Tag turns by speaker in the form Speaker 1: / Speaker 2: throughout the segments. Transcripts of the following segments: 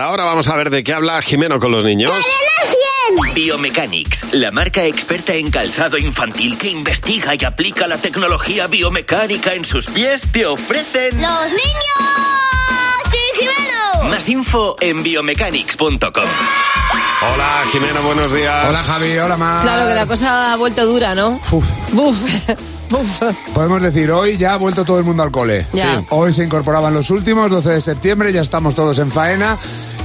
Speaker 1: Ahora vamos a ver de qué habla Jimeno con los niños.
Speaker 2: Biomechanics, la marca experta en calzado infantil que investiga y aplica la tecnología biomecánica en sus pies, te ofrecen
Speaker 3: ¡Los niños! ¡Sí, Jimeno!
Speaker 2: más info en biomechanics.com.
Speaker 1: Hola Jimeno, buenos días.
Speaker 4: Hola Javi, hola Mar.
Speaker 5: Claro que la cosa ha vuelto dura, ¿no?
Speaker 4: Uf,
Speaker 5: Buf. Buf.
Speaker 4: podemos decir, hoy ya ha vuelto todo el mundo al cole.
Speaker 5: Ya. Sí.
Speaker 4: Hoy se incorporaban los últimos, 12 de septiembre, ya estamos todos en faena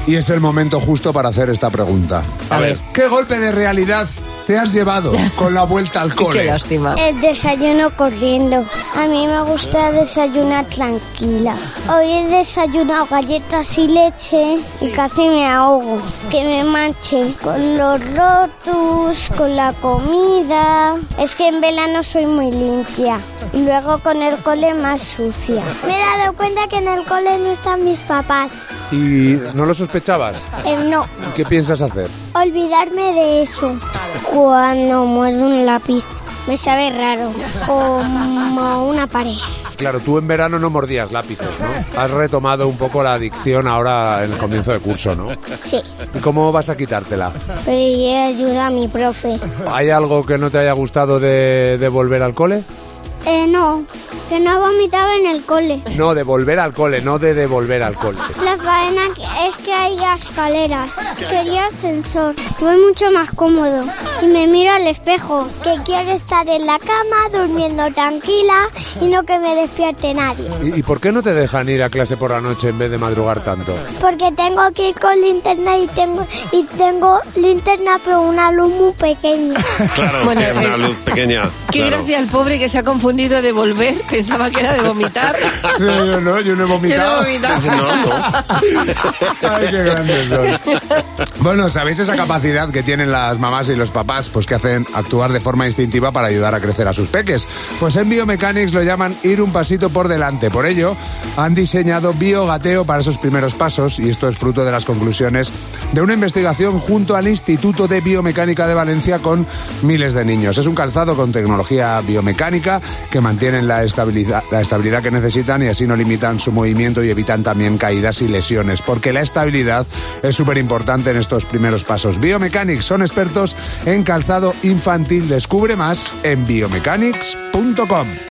Speaker 4: y es el momento justo para hacer esta pregunta.
Speaker 1: A ver.
Speaker 4: ¿Qué golpe de realidad te has llevado con la vuelta al
Speaker 5: Qué
Speaker 4: cole?
Speaker 5: lástima.
Speaker 6: El desayuno corriendo. A mí me gusta desayunar tranquila. Hoy he desayunado galletas y leche y casi me ahogo. Que me manche con los rotus, con la comida. Es que en verano soy muy limpia. Y luego con el cole más sucia. Me he dado cuenta que en el cole no están mis papás.
Speaker 4: ¿Y no lo sospechabas?
Speaker 6: Eh, no,
Speaker 4: ¿Y qué piensas hacer?
Speaker 6: olvidarme de eso. Cuando muerdo un lápiz. Me sabe raro, como una pared.
Speaker 4: Claro, tú en verano no mordías lápices, ¿no? Has retomado un poco la adicción ahora en el comienzo de curso, ¿no?
Speaker 6: Sí,
Speaker 4: ¿Y cómo vas a quitártela?
Speaker 6: pedí ayuda a mi profe.
Speaker 4: ¿Hay algo que no te haya gustado de, de volver al cole?
Speaker 6: Eh, no, que no vomitaba en el cole.
Speaker 4: No, de volver al cole, no de devolver al cole.
Speaker 6: La faena es que hay escaleras. Quería ascensor. Fue mucho más cómodo. Y me miro al espejo. Que quiero estar en la cama, durmiendo tranquila y no que me despierte nadie.
Speaker 4: ¿Y, y por qué no te dejan ir a clase por la noche en vez de madrugar tanto?
Speaker 6: Porque tengo que ir con linterna y tengo, y tengo linterna, pero una luz muy pequeña.
Speaker 1: Claro,
Speaker 5: Bueno,
Speaker 1: que una
Speaker 5: ahí-
Speaker 1: luz pequeña.
Speaker 5: Qué
Speaker 1: claro.
Speaker 5: gracia al pobre que se ha confundido de volver. Pensaba que era de vomitar.
Speaker 4: No, yo no, yo no he
Speaker 5: Quiero vomitar.
Speaker 1: No, no.
Speaker 4: Ay, qué grandes son. Bueno, ¿sabéis esa capacidad que tienen las mamás y los papás? Pues que hacen actuar de forma instintiva para ayudar a crecer a sus peques. Pues en Biomechanics lo llaman ir un pasito por delante. Por ello, han diseñado Biogateo para esos primeros pasos y esto es fruto de las conclusiones de una investigación junto al Instituto de Biomecánica de Valencia con miles de niños. Es un calzado con tecnología biomecánica que mantienen la estabilidad, la estabilidad que necesitan y así no limitan su movimiento y evitan también caídas y lesiones, porque la estabilidad es súper importante en estos primeros pasos. Biomechanics son expertos en calzado infantil. Descubre más en biomechanics.com.